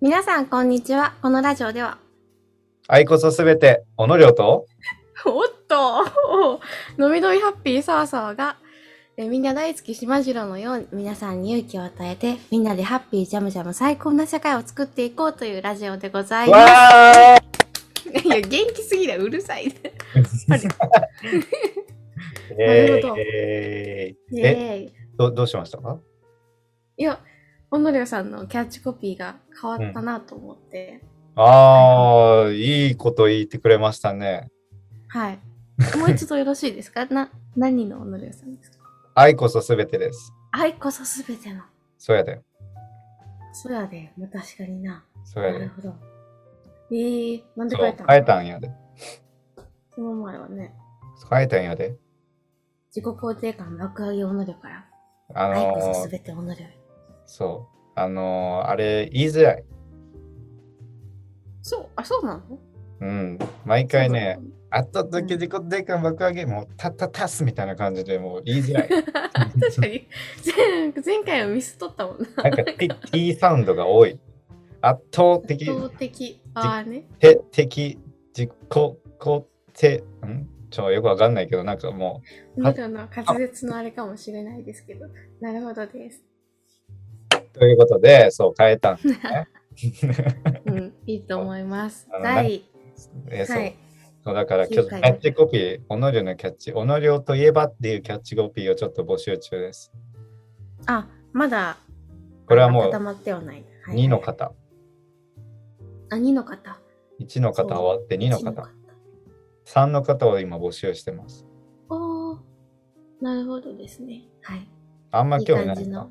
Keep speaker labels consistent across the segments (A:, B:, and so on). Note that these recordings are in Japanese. A: 皆さんこんにちはこのラジオでは
B: 愛こそすべて、小野亮と。
A: おっと のびのびハッピーサワサワがえみんな大好き島次郎のように皆さんに勇気を与えてみんなでハッピージャムジャム最高な社会を作っていこうというラジオでございま
B: わー
A: す。 いや元気すぎだうるさい。なるほど
B: えー、え
A: え
B: ど、どうしましたか
A: いや小野涼さんのキャッチコピーが変わったなと思って、
B: ああ、いいこと言ってくれましたね。
A: はいもう一度よろしいですかな何の小野涼さんですか
B: 愛こそすべてです。
A: 愛こそすべての
B: そうやで。
A: そうやでまあ確かにな。
B: そうや
A: なる
B: で。
A: ほど。えー、なんで
B: そう
A: 変えたの
B: 変えたんやで。
A: その前はね、
B: 変えたんやで。
A: 自己肯定感爆上げ女量から、
B: あ
A: 愛
B: の
A: こそす
B: ー、
A: べて女量。
B: そう。あのー、あれ、言いづらい。
A: そう、あ、そうなの
B: うん。毎回ね、。会った時自己定感爆上げ、もう、たったたすみたいな感じで、もう言いづらい。
A: そうだったの確かに、前 前回はミスっとった もんな。
B: なんか、T- T サウンドが多い。圧倒的。
A: 圧倒的。ああね。
B: て、敵、自己、肯定、んちょ、よくわかんないけど、なんかも
A: ミロの滑舌のあれかもしれないですけど、なるほどです。
B: う、ということで、そう、変えたんですね。
A: うん、いいと思います
B: あ。の
A: 第、
B: えーそう
A: はい。
B: そうだから、ちょっとキ
A: 9
B: ャ
A: 回
B: ッチコピー、おのりょのキャッチ、おのりょといえばっていうキャッチコピーをちょっと募集中です。
A: あ、まだ、
B: これはも
A: 固
B: う、
A: まってはない。はい
B: 2の。方、
A: あ、2の方。
B: 1の方終わって2の
A: 一の
B: 方、。3の方を今募集してます。
A: おー、なるほどですね。はい。
B: あんま
A: いい
B: 興味
A: 感
B: ない
A: じ
B: な
A: の。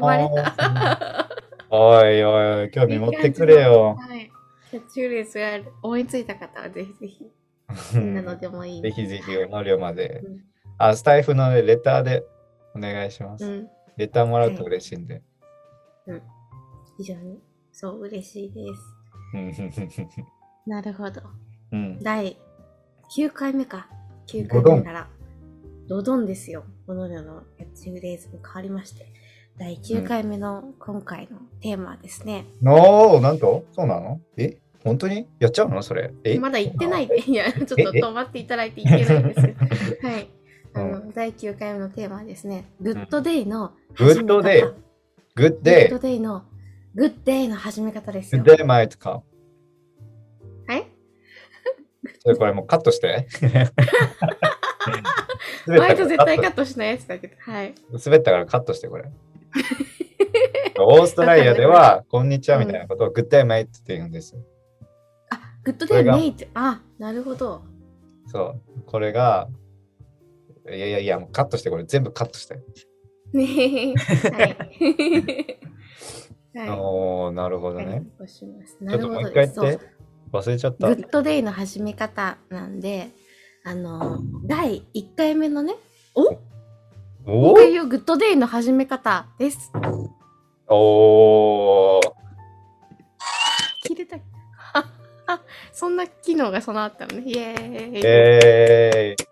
A: バレた。
B: おいおい、興味持ってくれよ。
A: はい。キャッチフレーズが思いついた方はぜひぜひ、みんなのでもいい。
B: ぜひぜひ、おのりょまで
A: うん。
B: あ、スタイフのねレターでお願いします
A: う。ん、
B: レターもらうと嬉しいんで。
A: 非常に、そう、嬉しいです。
B: うん
A: なるほど。
B: うん。
A: 第9回目か。9回目から、ドドンですよ。この世のキャッチフレーズに変わりまして。第9回目の今回のテーマはですね。
B: おー、なんとそうなのえ本当にやっちゃうのそれ。え。
A: まだ言ってないいで、いや、ちょっと止まっていただいて言ってないんですけど。 はい。あの、第9回目のテーマはですね、グッドデイの
B: グッドデ
A: 始め方
B: イグッ
A: グッ
B: デ
A: ドデイの、グッデイの始め方です
B: イ。
A: よ。
B: グッデイマイトか。
A: はい
B: それこれもうカットして。滑
A: バ
B: っ
A: イ
B: た
A: ト絶
B: からカ
A: 対カ
B: ッ
A: ットしないやつだけど、はい。
B: ト滑ったからカットしてこれ。オーストラリアでは、こんにちはみたいなことをグッデイマイトって言うんですよ。
A: あ、グッド
B: こ
A: デイ
B: れが
A: メイト。あ、なるほど。
B: そう。これが、いやいやいや、もうカットしてこれ。全部カットして。
A: ねえ。 はい。は
B: おー、なるほ
A: い。
B: どね。
A: はいします
B: ち
A: な
B: ょっ
A: る
B: とも
A: ほ
B: う
A: ど
B: 一回
A: です。
B: 言
A: そう
B: って。忘れちゃっ
A: グ
B: た。
A: ッドデイの始め方なんで、あの、第1回目のね、お
B: お
A: こういうグッドデイの始め方です。
B: おお
A: 切れた。 そんな機能が備わったのね。イエーイ。
B: えー、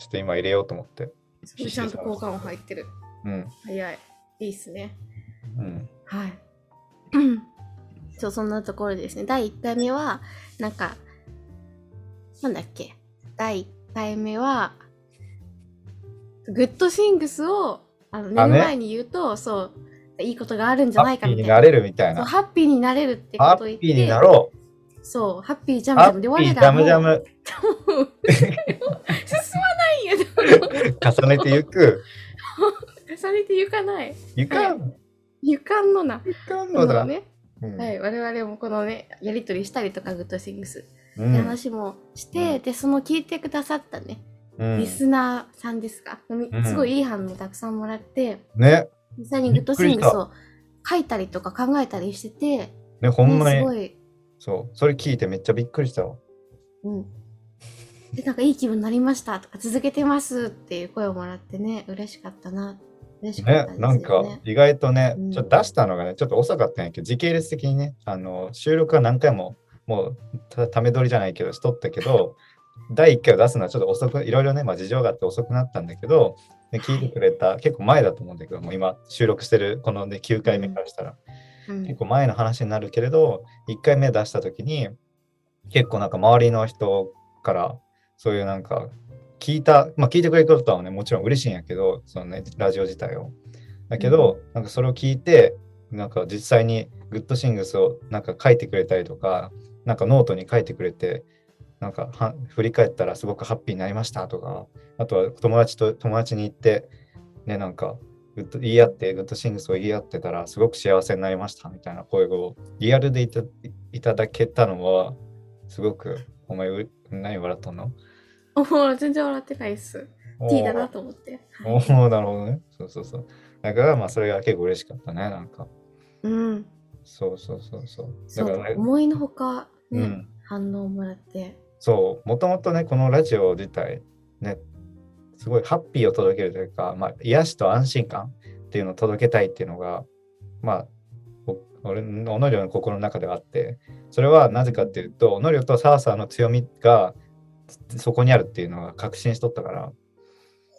B: ちょっと今入れようと思って。
A: すごいちゃんと交換音入ってる。
B: うん。
A: 早い。いいっすね。
B: うん。
A: はい。 そう、そんなところですね。第1回目は、なんか、なんだっけ。第1回目は、グッドシングスをあの寝
B: あ
A: る
B: ね
A: 前に言うと、そう、いいことがあるんじ
B: ハ
A: ゃない
B: ッピ
A: か
B: ー
A: み
B: に
A: たい
B: な
A: な。
B: れるみたい
A: そう
B: な。
A: ハッピーになれるってこ
B: ハ
A: とを言
B: ッ
A: って。
B: ピーになろう。
A: そう、ハッピージャムジ
B: ハ
A: ャム
B: ッ
A: で
B: ピ
A: 我ら
B: ージャムジャ
A: も
B: ム。
A: もう 進まないよ、でも
B: 重ねてゆく。
A: 重ねてゆかない。
B: ゆかん。
A: ゆかんのな。
B: ゆかん
A: そ
B: の
A: うだ
B: だ。
A: ね。
B: うん
A: はい、我々もこのね、やりとりしたりとか、グッドシングス
B: う
A: って
B: ん。
A: 話もして、
B: うん
A: で、その聞いてくださったね、
B: うん
A: リスナーさんですか、のみ
B: うん
A: すごいいい反応たくさんもらって、
B: ね。
A: 実際にグッドシングスを書いたりとか考えたりしてて、ね
B: ね、ほんます
A: ご
B: に。
A: い、
B: そう。それ聞いてめっちゃびっくりしたわ。
A: うん。で、なんかいい気分になりましたとか、続けてますっていう声をもらってね、嬉しかったな。嬉しかった
B: ね
A: で、すよ
B: なんか
A: ね。
B: 意外とね
A: うん、
B: ちょっと出したのがね、ちょっと遅かったんやけど、時系列的にね、あの収録は何回も、もうたため撮りじゃないけど、しとった けど、第1回を出すのはちょっと遅く、いろいろね、まあ、事情があって遅くなったんだけど、ね、聞いてくれた、結構前だと思うんだけど、もう今、収録してる、この、ね、9回目からしたら、
A: うん
B: 結構前の話になるけれど、1回目出した時に、結構なんか周りの人から、そういうなんか、聞いた、まあ聞いてくれることはね、もちろん嬉しいんやけど、そのね、ラジオ自体を。だけど、なんかそれを聞いて、なんか実際にグッドシングスをなんか書いてくれたりとか、なんかノートに書いてくれて、なんかは振り返ったらすごくハッピーになりましたとか、あとは友達と友達に行って、ね、なんか、グッド言い合って、グッドシングスを言い合ってたら、すごく幸せになりましたみたいな声をリアルでいたいただけたのは、すごく、お前、う何笑ったの
A: おお全然笑ってないっす。T だなと思って。
B: お
A: はい
B: ーなるほどね。そうそうそう。だから、まあ、それが結構嬉しかったね、なんか。
A: うん。
B: そうそうそうそう。
A: そ
B: だか
A: う、
B: らね、
A: 思いのほか、ね
B: うん。
A: 反応もらって。
B: そう、もともとね、このラジオ自体、ね、すごいハッピーを届けるというか、まあ、癒しと安心感っていうのを届けたいっていうのが、まあ、お俺の、おのりょうの心の中ではあって、それはなぜかっていうと、おのりょうとサーサーの強みがそこにあるっていうのが確信しとったから、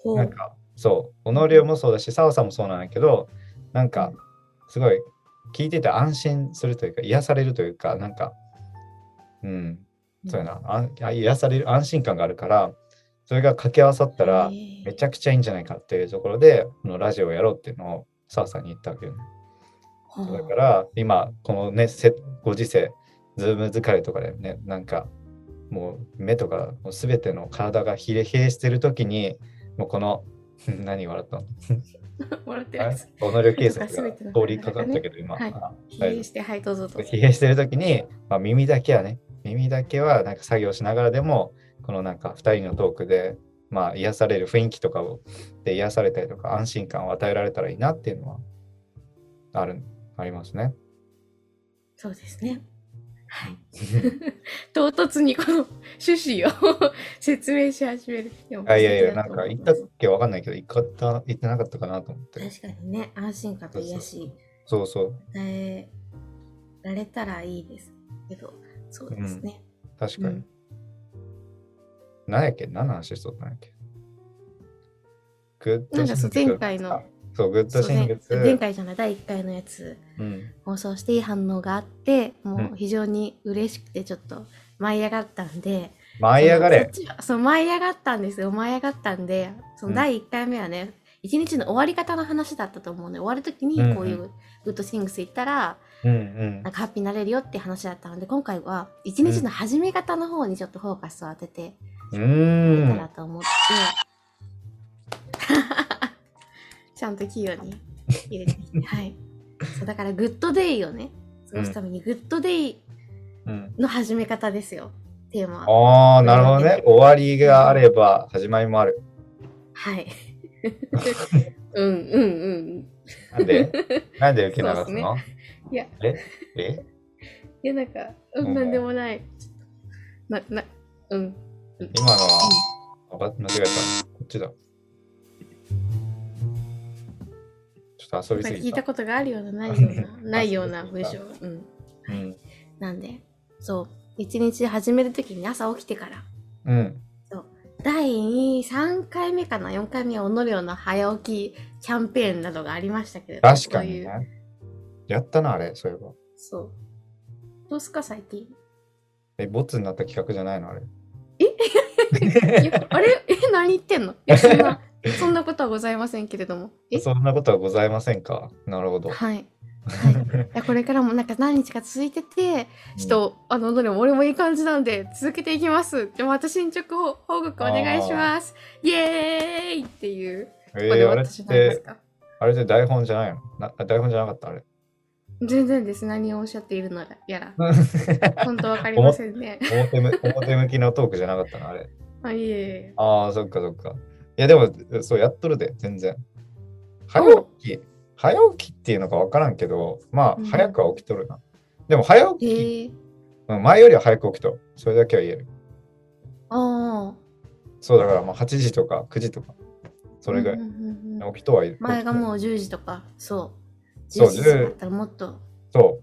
A: ほ
B: なん
A: う。
B: かそう、おのりょうもそうだし、澤さんもそうなんだけど、なんかすごい聞いてて安心するというか、癒されるというか、なんか、うん、そうやな、あんあ癒される安心感があるから、それが掛け合わさった
A: へ、
B: ら
A: ー
B: めちゃくちゃいいんじゃないかっていうところで、このラジオをやろうっていうのを澤さんに言ったわけよね。
A: ほう
B: だから今このねせご時世ズーム疲れとかでねなんかもう目とかもう全ての体がひれ冷えしてる時にもうこの 何笑ったの
A: 笑ってないっす。
B: おのり警察
A: なんか全て
B: が
A: の
B: 通りかかったけど今、
A: はい
B: あ
A: 疲
B: 大丈
A: 弊して、はい、どうぞど
B: 夫
A: うぞ
B: 疲。弊してる時に、まあ、耳だけはね耳だけはなんか作業しながらでもこのなんか2人のトークでまあ癒される雰囲気とかをで癒されたりとか安心感を与えられたらいいなっていうのはあるありますね。
A: そうですね。 はい。唐突にこの趣旨を 説明し始める。でも
B: あいやいや、
A: 素
B: なん
A: 敵だと思い
B: か行っ
A: ま
B: たっ
A: す
B: けわかんないけど、行かった、行ってなかったかなと思って。
A: 確かにね、安心感と癒し、
B: そうそう、
A: 与えられたらいいですけど、そうですね。
B: 確か
A: う
B: に
A: ん。
B: 何やっけ何の話しとったんやっけグッ
A: な
B: ド
A: んか
B: シ
A: そ
B: ン
A: う
B: グス。
A: 前回の
B: あ。そう、グッド
A: そう
B: シング
A: ね
B: ス。
A: 前回じゃない第1回のやつ
B: うん。
A: 放送していい反応があっても
B: う
A: うん非常に嬉しくてちょっと舞い上がったんで
B: 舞い上が
A: そ
B: れ
A: の。そっちはそう舞い上がったんですよ舞い上がったんでその第1回目はね、一1日の終わり方の話だったと思うので終わる時にこうい
B: ん
A: ううグッドシングス行ったら
B: うんうん
A: なん。かハッピーになれるよって話だったので今回は1日の始め方の方にちょっとフォーカスを当てて
B: う
A: いけ
B: ー
A: た
B: ん
A: ら。と思って、ちゃんと器用に入 れてきてはいそうだからグッドデイをね過ごすためにグッドデイ
B: うん
A: の始め方ですよテーマは
B: ああ、なるほどね。終わりがあれば始まりもある。
A: はい うんうんうん
B: なん でなんで受け流
A: そうっ
B: す
A: すね
B: の
A: いや
B: え
A: いやなんか、う
B: うん
A: ん、なんでもないちょっとななうん
B: 今のは、あば間違えた。こっちだ。ちょっと遊び
A: なんか聞い
B: すぎ
A: た
B: た。
A: ことがあるようなないよう
B: あ
A: なないような
B: そう
A: 文
B: です
A: 章
B: か
A: うん
B: うん。
A: なんでそう一日始めるときに朝起きてから
B: うん。
A: 第3回目かな4回目はおのりょうの早起きキャンペーンなどがありましたけれど
B: 確かに
A: そういう
B: ね。やったな、あれ、そういえば。
A: そうどうすか最近
B: え、ボツになった企画じゃないの、あれ。
A: いやあれ え何言ってんのいやそん なそんなことはございませんけれどもえ
B: そんなことはございませんか。なるほど。
A: はいはいいやこれからもなんか何日か続いててちょっと、あのどれも俺もいい感じなんで続けていきますでも私進捗を報告お願いしますイエーイっていう
B: うん。え
A: ここで
B: ー、あれっ
A: 私なんです
B: て、
A: か、
B: あれって台本じゃないのなあ台本じゃなかった、あれ。
A: 全然です何をおっしゃっているのやら本当わかり
B: 思
A: ま
B: っ
A: せんね。
B: 表む表向きのトークじゃなかったの、あれ。
A: あ、いえいえ。
B: ああ、そっかそっか。いや、でも、そう、やっとるで、全然。早起き、早起きっていうのか分からんけど、
A: う
B: まあ、
A: ん
B: 早くは起きとるな。でも、早
A: え
B: 起き、
A: ー、
B: うん前よりは早く起きとる。それだけは言える。
A: ああ。
B: そう、だから、まあ、8時とか9時とか、それぐらい
A: うんうんうんうん
B: 起きとはいる。
A: 前がもう10時とか、そう。
B: そう
A: 10時だったらもっと
B: そ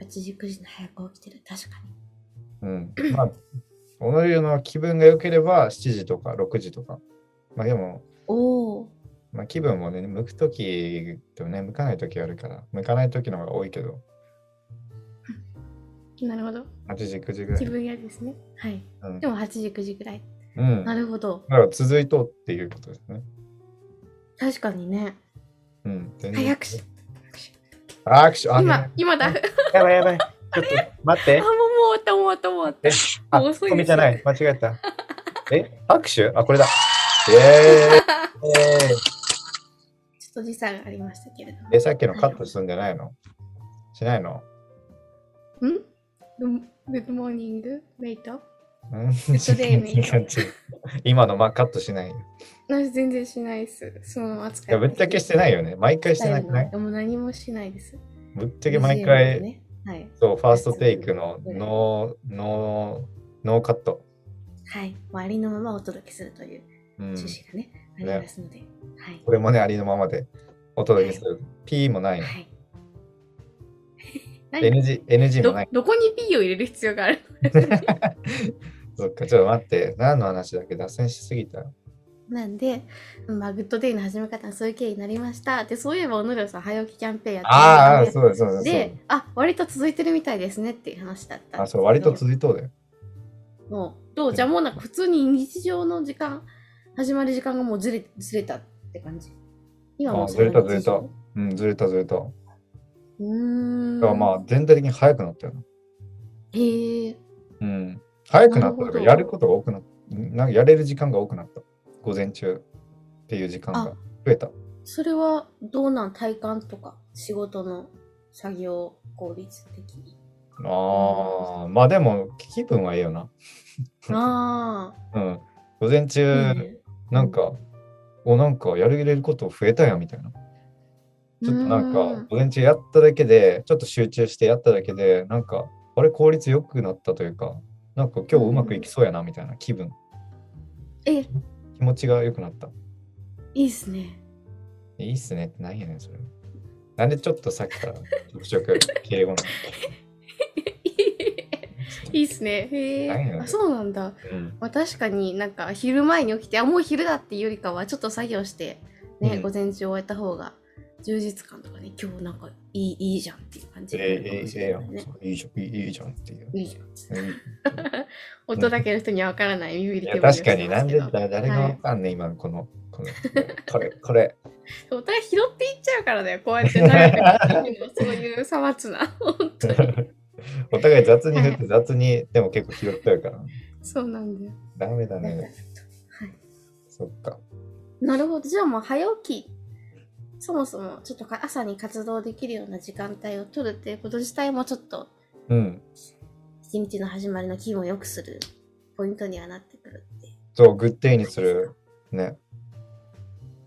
A: 8時、9時に早く起きてる。確かに。
B: う。うん。まあ、おのりの気分が良ければ、7時とか6時とか。まあ、でも、
A: おお。
B: まあ、気分もね、向くときとね、向かないときあるから、向かないときの方が多いけど、
A: なるほど。
B: 8時、9時ぐら
A: 自
B: い。
A: 分がですね。はい。
B: うん
A: でも8時、9時ぐらい。
B: うん、
A: な
B: だ
A: るほど。
B: から続いとうっていうことですね。
A: 確かにね。
B: うん、全然
A: 早くし。
B: あ握手あ、
A: 今
B: ね、
A: 今だ。あ、も
B: やばいやばい。ちょっと待って
A: う、。もう、と思う、と思う。
B: え、あ、
A: もう遅いです
B: 込みじゃない。間違えた。え、握手あ、これだ。えー、え
A: ちょっと時差がありましたけれども
B: ー、。え、さっきのカットするんじゃないのしないの
A: ん ?Good morning, wait.
B: うん
A: トレーニン
B: 今のまあカットしないよ。
A: 私全然しないです。そのまま
B: い
A: 扱
B: やぶっちゃけしてない
A: よ。
B: よね。毎回してなくない
A: でも何もしないです。ぶ
B: ぶっちゃけ毎回、
A: ね。はい。
B: そう、ファーストテイクのノー、ノー、ノーカット。
A: はい。もうありのままお届けするという
B: うん、
A: 趣旨がね、
B: うん
A: ありますので。はい。
B: これもね、ありのままでお届けする。P もないの。
A: はい。 何
B: NG、NG も
A: ど
B: ない。
A: どこに P を入れる必要がある
B: そっか、ちょっと待って。何の話だっけ脱線しすぎた。
A: なんで、まあ、グッドデイの始め方はそういう経緯になりました。で、そういえば、おのりょうさん、早起きキャンペーンやって
B: あー
A: る
B: あー、
A: よね
B: そうだそうだそうだ
A: で、あ、割と続いてるみたいですねっていう話だったん
B: あ、
A: ですけ
B: そう、
A: ど。
B: 割と続いとうだよ。
A: もうどうじゃあもうなんか普通に日常の時間始まる時間がもうずれずれたって感じ今もう
B: あ
A: それが
B: ずれた
A: 日
B: ずれた
A: 常
B: うん、ずれたずれた。だか
A: うーん
B: らまあ、全体的に早くなったよな。
A: へえ
B: うん。早くなった
A: な
B: と
A: るほ
B: か、
A: ど
B: やることが多くなった。なんかやれる時間が多くなった。午前中っていう時間が
A: あ
B: 増えた。
A: それはどうなん体感とか仕事の作業効率的 に
B: ああ、まあでも気分はいいよな。
A: あ
B: うん。午前中、
A: あ、いいね
B: なんか、お、なんかやれること増えたやんみたいな。ちょっとなん
A: うー
B: か、午前中やっただけで、ちょっと集中してやっただけで、なんか、あれ効率良くなったというか、なんか今日うまくいきそうやなみたいな気分、
A: え
B: 気持ちが良くなった。
A: いいっすね
B: いいっすねってなんやねん、それ。なんでちょっとさっきから、ちょくちょく敬語なの
A: いいっすねへ
B: ない
A: え
B: よ
A: あそうなんだ
B: うん
A: まあ、確かになんか昼前に起きてあもう昼だっていうよりかはちょっと作業して、ね
B: うん
A: 午前中終えた方が充実感とかね今日なんかいいいいじゃんっていう感
B: え
A: じ
B: え
A: になるか
B: え
A: もし
B: ええ
A: れ
B: や
A: ない
B: ん
A: ね。
B: いいじゃん、いいいいじゃんっていう。
A: いいじゃん
B: うん
A: 音だけの人には分からない耳
B: い
A: で
B: や確かに、なんで
A: だ
B: だ誰がわかんね、い、今のこの、この、これ、これ。
A: お互い拾っていっちゃうからだよこうやって長く聞いてもそういうさまつな 本当に
B: お互い雑に振って雑に、でも結構拾っちゃうから。
A: そうなんだよ、
B: ダメだね。
A: はい、
B: そっか。
A: なるほど。じゃあもう早起き。そもそもちょっとか朝に活動できるような時間帯を取るっていうこと自体もちょっと
B: うん。
A: 一日の始まりの気分を良くするポイントにはなってくるっていう。
B: そう、グッデイにする。ね。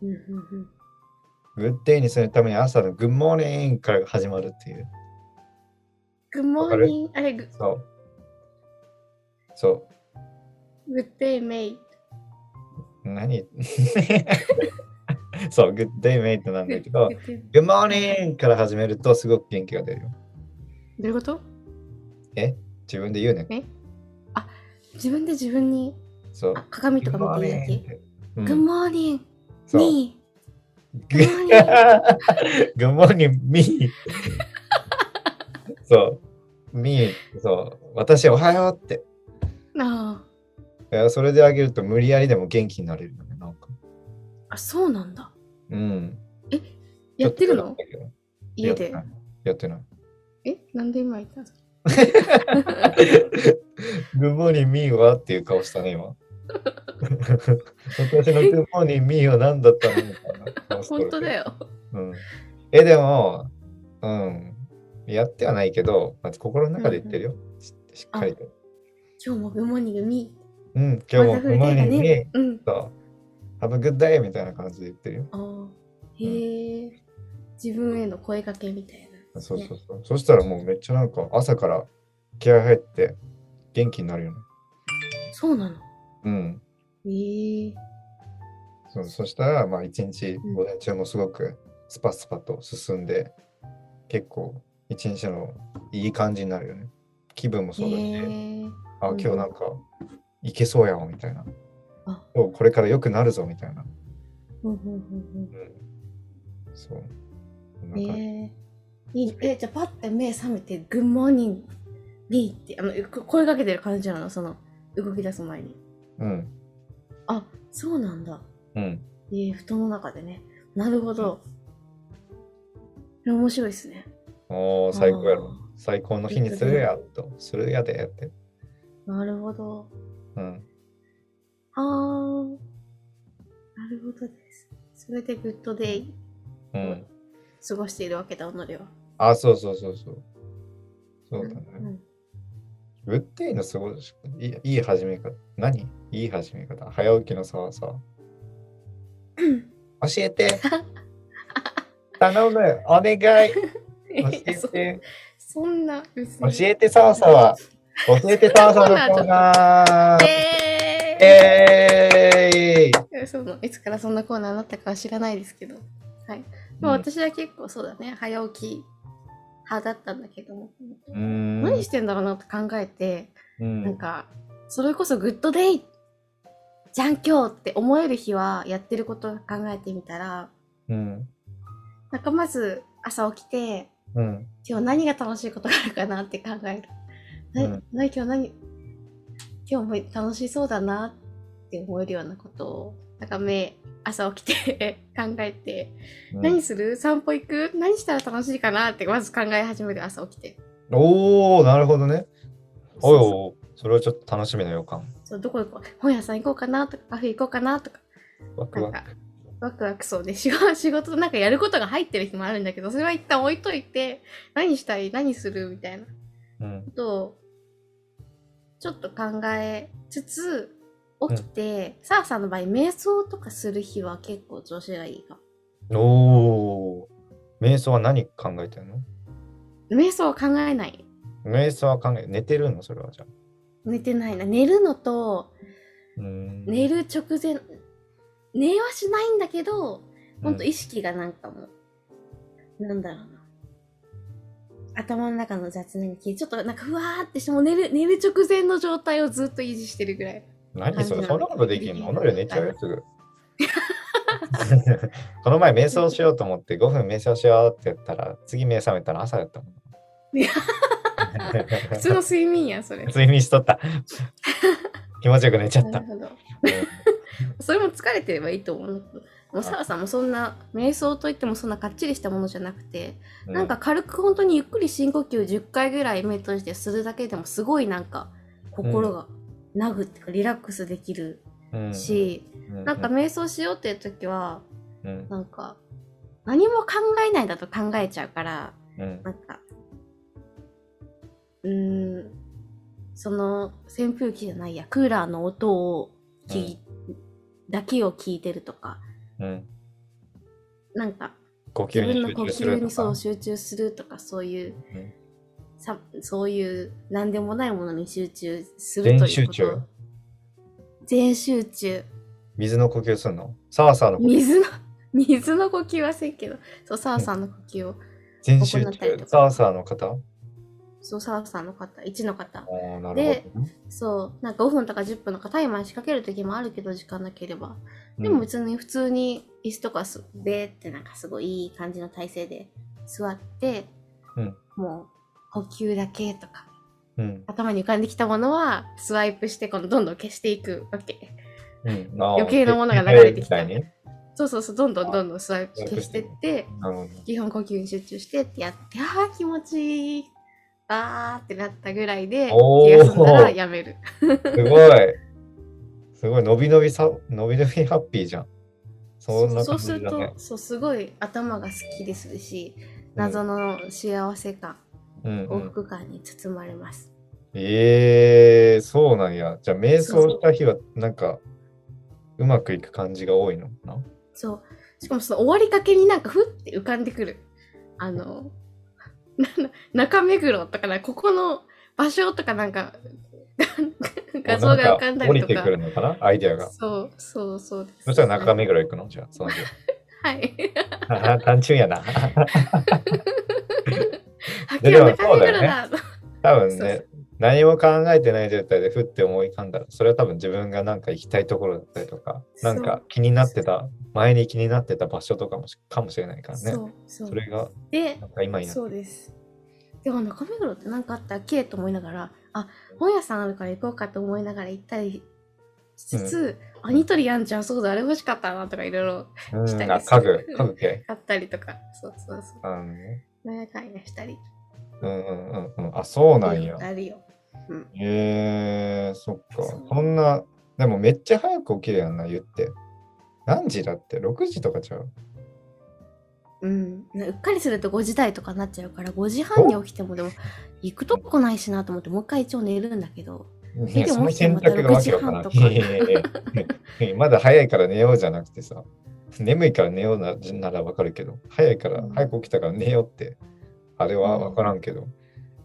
A: うんうんうん。
B: グッデイにするために朝のグッモーニングから始まるっていう。
A: グッモーニング、あれ、グ
B: そう。そ
A: グッデイメイ、
B: う。何 そう、グッデイメイトなん
A: グ
B: だ
A: ッ
B: けど、
A: デイど
B: グッモーニングから始めるとすごく元気が出るよ。
A: ういうこと
B: 自分で言うね。
A: 自分で自分に
B: そう。
A: あ鏡とか見てるだけ。
B: グ
A: グッモーニング、
B: そう
A: に、
B: グッモー ニング、ミー。そう、ミー、そう、私おはようって。
A: あ
B: いやそれであげると無理やりでも元気になれるよね、なんか。
A: あ、あ、そうなんだ。
B: うん。
A: やってる
B: ちょ
A: の
B: とやったけど
A: 家で。
B: やってない。
A: えなんで今言ったの
B: やってないグッモーニング、ミーはっていう顔した ね、今。私のグッモーニング、ミーは何だったのみたいな顔してる
A: 本当だよ。
B: うんえ、でも、うん、やってはないけど、まず心の中で言ってるよ。ししっかりと。
A: 今日もグッモーニング、み、
B: うん、今
A: ワンダ
B: 日も
A: フ
B: 不
A: ルデ
B: 満
A: ーだ
B: に、
A: ね。うん。
B: そう、Have a good day みたいな感じで言ってるよ。
A: あーへえ、自分への声かけみたいな。
B: そうそうそう。そしたらもうめっちゃなんか朝から気合入って元気になるよね。
A: そうなの。
B: うん。
A: へえ。
B: そうそしたら、まあ一日
A: うん、
B: 午前中もすごくスパスパと進んで、結構一日のいい感じになるよね。気分もそうだし、
A: へえ。
B: あ、
A: うん
B: 今日なんかいけそうやわみたいな
A: あ。
B: 今日これから良くなるぞみたいな。
A: うんうんうん
B: うん。そう。こ
A: うん。
B: んな感じ
A: ねえ。いいえ、じゃあパッて目覚めて、グッモーニング、ビーって、あの、こ声かけてる感じなの、その、動き出す前に。
B: うん。
A: あ、そうなんだ。
B: うん。
A: えー、布団の中でね。なるほど。これ面白いですね。
B: おー、最高や
A: あ
B: ろ。最高の日にするやと。するやでって。
A: なるほど。
B: うん。
A: あー。なるほどです。それでグッドデイ
B: うん。
A: 過ごしているわけだ、おのりは。
B: あ、そうそうそうそう。そうだね。
A: ん
B: グッデイの過ごしいいいい始め方。何いい始め方。早起きのさ、さ。 教えて 頼むお願い教
A: いや
B: え
A: そ
B: て
A: そんな、別
B: 教えてさわさわ教えてさわさわのコーナー
A: えー
B: えー
A: いやそのいつからそんなコーナーになったかは知らないですけど、はいまあ、
B: うん
A: 私は結構そうだね早起き派だったんだけども、
B: イうん
A: 何してんだろうなって考えて、
B: うん
A: なんかそれこそグッドデイじゃん今日って思える日はやってることを考えてみたら
B: うん
A: なんかまず朝起きて
B: うん
A: 今日何が楽しいことがあるかなって考える。な
B: うん
A: な今日何今日も楽しそうだなって思えるようなことを、なんか目、朝起きて 考えて、何する散歩行く何したら楽しいかなってまず考え始める朝起きて。
B: おおなるほどねおい
A: そうそう
B: おいそれはちょっと楽しみな予感
A: そうどこ行こう本屋さん行こうかなとかカフェ行こうかなとか、
B: ワク
A: な
B: ワ
A: ん
B: ク
A: かワクワクそうで仕事、仕事なんかやることが入ってる日もあるんだけど、それは一旦置いといて、何したい何するみたいな。
B: うん
A: とちょっと考えつつ起きて、サーさんの場合瞑想とかする日は結構調子がいいかも
B: おお瞑想は何考えてるの
A: 瞑想は考えない
B: 瞑想は考え寝てるのそれはじゃあ
A: 寝てないな寝るのと
B: うん
A: 寝る直前寝はしないんだけどほんと意識がなんかもう、なんだろうな頭の中の雑念が消えちょっとなんかふわーってしてもう寝る寝る直前の状態をずっと維持してるぐらい
B: 何そ
A: 感じな
B: れ
A: の
B: そんなことできんのおのり寝ちゃうよすぐ。 この前瞑想しようと思って5分瞑想しようって言ったら次目覚めたら朝やったもん。
A: いや普通の睡眠やんそれ
B: 睡眠し とった。気持ちよく寝ちゃっ
A: な
B: た
A: る。ほどそれも疲れてればいいと思うんだけど、もうサラさんもそんな瞑想といってもそんなかっちりしたものじゃなくて、
B: う
A: なんか、軽く本当にゆっくり深呼吸10回ぐらい目閉じてするだけでもすごいなんか心がなぐっていうかリラックスできる
B: うん、
A: し、
B: うん
A: なんか、瞑想しようっていう時は
B: うん
A: なんか何も考えないだと考えちゃうから
B: うん
A: なんかうーんその扇風機じゃないやクーラーの音を聞い、だけを聞いてるとか
B: うん、
A: なんか
B: 呼
A: 自
B: 吸
A: 分
B: に
A: の呼
B: 集中する
A: 吸
B: と
A: に
B: か
A: そう集中するとかそういう、
B: うん
A: さそういう何でもないものに集中するという
B: 全
A: こ
B: 集
A: と
B: 中
A: 全集中
B: 水の呼吸するのサワサワの呼吸
A: 水の水の呼吸はせんけどそう澤さんの呼吸を、
B: 全集
A: 行ったりと
B: 中
A: か
B: サワサワの方
A: そう澤さんの方1の方
B: おーなるほど、
A: で
B: ね
A: そうなんか5分とか10分とかタイマー仕掛ける時もあるけど時間なければ
B: うん
A: でも別に普通に椅子とかすべってなんかすごいいい感じの体勢で座って、
B: うん
A: もう呼吸だけとか
B: うん
A: 頭に浮かんできたものはスワイプしてこのどんどん消していくわけ
B: うん、
A: 余計なものが流れてきた
B: みいに
A: そうそうそうどんどんどんどんスワイプ
B: あ
A: 消してって
B: なるほど
A: 基本呼吸に集中してってやってあー気持ちいいあーってなったぐらいで
B: おー
A: 気が済んだらやめる
B: すごい。すごい、伸び伸びさ、伸び伸びハッピーじゃん。そんな
A: そ
B: 感
A: う
B: じ
A: す
B: だ
A: ると
B: ね。
A: そうすごい頭がすっきりするし謎の幸せ感
B: うんう
A: 幸
B: ん、
A: 福感に包まれます、
B: ええそうなんや。じゃあ、瞑
A: そうそ
B: 想
A: う
B: した日は、なんか、うまくいく感じが多いのかな。
A: そうしかもその終わりかけになんかふって浮かんでくるあの な中目黒とかなここの場所とかなんか 画像が浮かんだりと
B: 降り
A: か
B: てくるのかな、アイデアが。
A: そうそうそうです
B: そしたら中目黒行くのじゃあ、その日。
A: はい
B: あ 単純やな。
A: あ今日中目黒だ
B: 多分
A: そうそ
B: ね、何も考えてない状態でふって思い浮かんだらそれは多分自分がなんか行きたいところだったりとか
A: そう
B: なんか気になってた前に気になってた場所とかもしかもしれないからね
A: そうそう
B: それが
A: で
B: なんか今になって
A: そうですでも中目黒って何かあったっけと思いながらあ本屋さんあるから行こうかと思いながら行ったりしつつ、アニトリやんちゃんそうだあれ欲しかったなとかいろいろ
B: う
A: したりす
B: ん
A: る
B: あ家具家具系
A: 買ったりとかそうそうそう
B: あのね
A: なんやかんやしたり
B: うんうんうんうんあそうなんや
A: あるよ
B: へえー、そっか
A: そう
B: そんなでもめっちゃ早く起きるやんな言って何時だって6時とかちゃう
A: うん、うっかりすると5時台とかになっちゃうから5時半に起きてもでも行くとこないしなと思ってもう一回一応寝るんだけど
B: いや
A: で
B: そ
A: も
B: の
A: 起きて
B: 選
A: また
B: 択がわけわから
A: 6時半
B: ん
A: とか
B: い。いやいやいや まだ早いから寝ようじゃなくてさ、眠いから寝ようなならわかるけど、早いから
A: うん
B: 早く起きたから寝ようって、あれはわからんけど、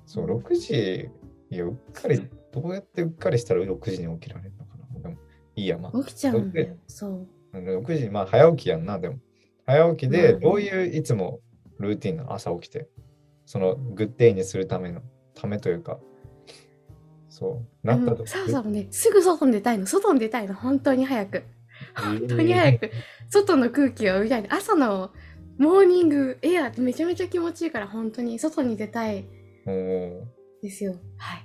B: そう、
A: うん
B: 6時、いや、うっかり、どうやってうっかりしたら6時に起きられるのかな。でもいいや、まあ、
A: 起きちゃうんだよそう
B: 6時、まあ早起きやんな、でも。早起きで、
A: うん
B: どういういつもルーティンなの朝起きて、そのグッデイにするための、ためというか、そう、なった
A: う
B: と
A: んそうそうねすぐ外に出たいの外に出たいの本当に早く
B: 本
A: 本当に早く外の空気を浴びたいの朝のモーニングエアってめちゃめちゃ気持ちいいから本当に外に出たい
B: うん
A: ですよはい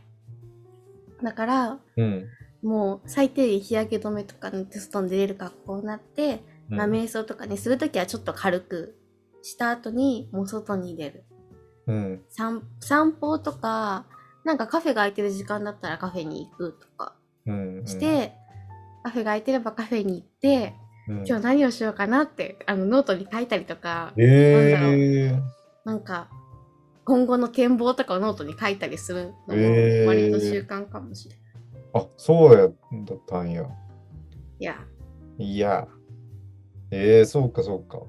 A: だから
B: うん。
A: もう最低限日焼け止めとか塗って外に出れる格好になって、まあ、瞑想とかにするときはちょっと軽くした後にもう外に出る
B: うん。
A: 散散歩とかなんかカフェが空いてる時間だったらカフェに行くとか
B: うん。
A: して、カフェが空いてればカフェに行って
B: うん、うん
A: 今日何をしようかなってあのノートに書いたりとか
B: え
A: なんか今後の展望とかをノートに書いたりするの
B: へー
A: も割と習慣かもしれない。
B: ー、あ、そうやだったんや。
A: いや
B: いや。えー、そうかそうか。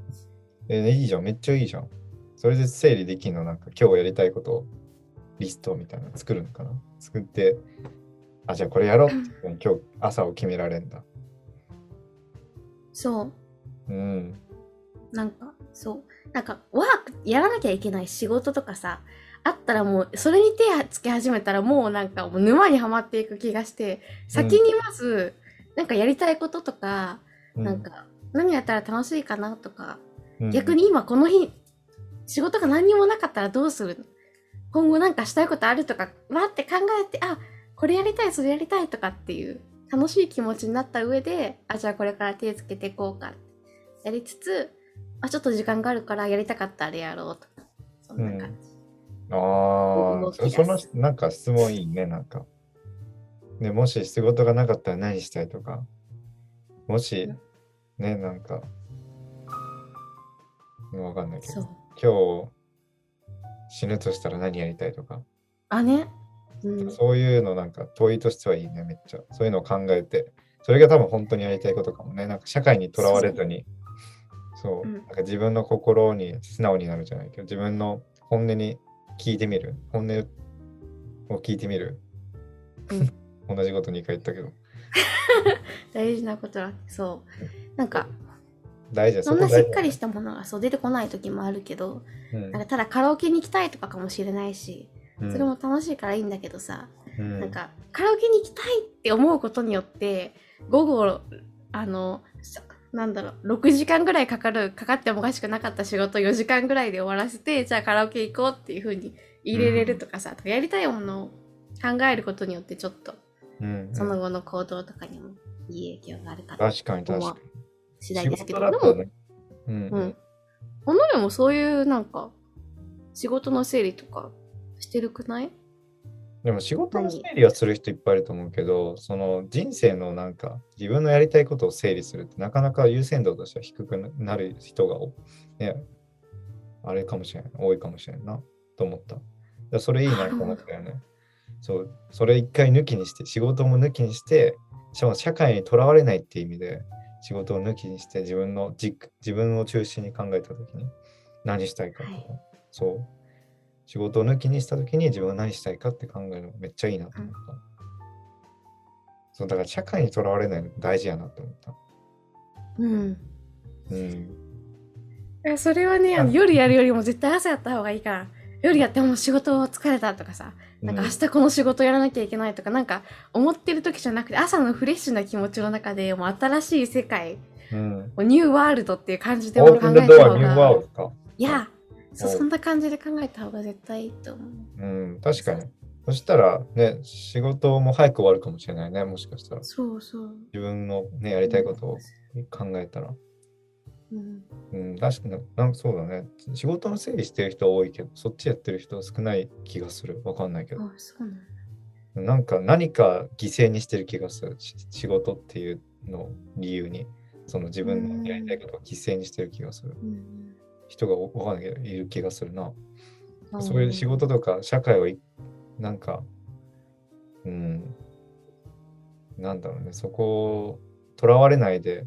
B: えー、いいじゃん。めっちゃいいじゃん。それで整理できんの、なんか今日やりたいことをリストみたいなの作るのかな作って、あ、じゃあこれ やろうっていうのに今日朝を決められんだ。
A: そう
B: うん。
A: なんかそうなんかワークやらなきゃいけない仕事とかさあったらもうそれに手つけ始めたらもうなんかもう沼にはまっていく気がして先にまず、なんかやりたいこととか、
B: う
A: なん、か何やったら楽しいかなとか、
B: うん
A: 逆。に今この日仕事が何にもなかったらどうするの今後なんかしたいことあるとかわーって考えてあこれやりたいそれやりたいとかっていう楽しい気持ちになった上であじゃあこれから手つけていこうかやりつつあちょっと時間があるからやりたかったらあれやろうとかそんな感じ、
B: あ
A: 動
B: あ、
A: き
B: そ
A: 出す
B: そのなんか質問いいね、なんか。ね、もし仕事がなかったら何したいとか、もし、ね、なんか、もうわかんないけ
A: そう
B: ど、今日死ぬとしたら何やりたいとか、
A: あねうん
B: そういうのなんか問いとしてはいいね、めっちゃ。そういうのを考えて、それが多分本当にやりたいことかもね、なんか社会にとらわれずに、そう、
A: うん
B: なんか自分の心に素直になるじゃないけど、自分の本音に聞いてみる。本音を聞いてみる。 同じこと2回言ったけど、
A: 大事なことだそうなんか
B: 大事だ
A: そんなしっかり
B: し
A: したものがそう出てこない時もあるけど
B: て、
A: なんかただカラオケに行きたいとかかもしれないし
B: うん
A: それも楽しいからいいんだけどさ、
B: うん
A: なんかカラオケに行きたいって思うことによって午後あのさなんだろう6時間ぐらいかかるかかってもおかしくなかった仕事4時間ぐらいで終わらせてじゃあカラオケ行こうっていう風に入れれるとかさ、やりたいものを考えることによってちょっと
B: うんうん
A: その後の行動とかにもいい影響があるから
B: 確かに確か
A: 次
B: に。
A: 第ですけど、
B: 仕
A: で
B: 事だったら
A: も
B: ねうんう
A: うんん。おのれもそういうなんか仕事の整理とかしてるくない
B: でも仕事の整理はする人いっぱいいると思うけど、その人生のなんか自分のやりたいことを整理するってなかなか優先度としては低くなる人が、ね、あれかもしれない、多いかもしれんなと思った。だからそれいいなと思ったよね。そう、それ一回抜きにして、仕事も抜きにして、しかも社会にとらわれないっていう意味で、仕事を抜きにして自分の軸、自分を中心に考えたときに何したいかとか、
A: はい
B: そう仕事を抜きにしたときに自分は何したいかって考えるのめっちゃいいなと思った、そうだから社会にとらわれないの大事やなって思った、
A: うん
B: うん、
A: いやそれはね、あの夜やるよりも絶対朝やった方がいいから。夜やってもう仕事疲れたとかさなんか
B: う
A: 明日この仕事やらなきゃいけないとか、なんか思ってる時じゃなくて朝のフレッシュな気持ちの中でもう新しい世界
B: うん。
A: ニューワールドっていう感じで
B: オ
A: 俺
B: ープ
A: 考
B: ン
A: え
B: ド
A: た
B: ドア
A: 方
B: ニューワール
A: が
B: ドか。
A: いやそ
B: うん
A: そんな感じで考えた方が絶対いいと思う
B: うん、確かに。そしたらね、仕事も早く終わるかもしれないね、もしかしたら。
A: そうそう
B: 自分のね、やりたいことを考えたら。
A: うん
B: うん、確かに、なんかそうだね。仕事の整理してる人多いけど、そっちやってる人少ない気がする。わかんないけど。
A: あそうなんだ
B: なんか何か犠牲にしてる気がする。し仕事っていうのを理由に、その自分のやりたいことを犠牲にしてる気がする。
A: うん
B: 人がおわかんないけど、いる気がするな。
A: うん
B: そういう仕事とか社会をいなんか、うん、なんだろうね、そこをとらわれないで、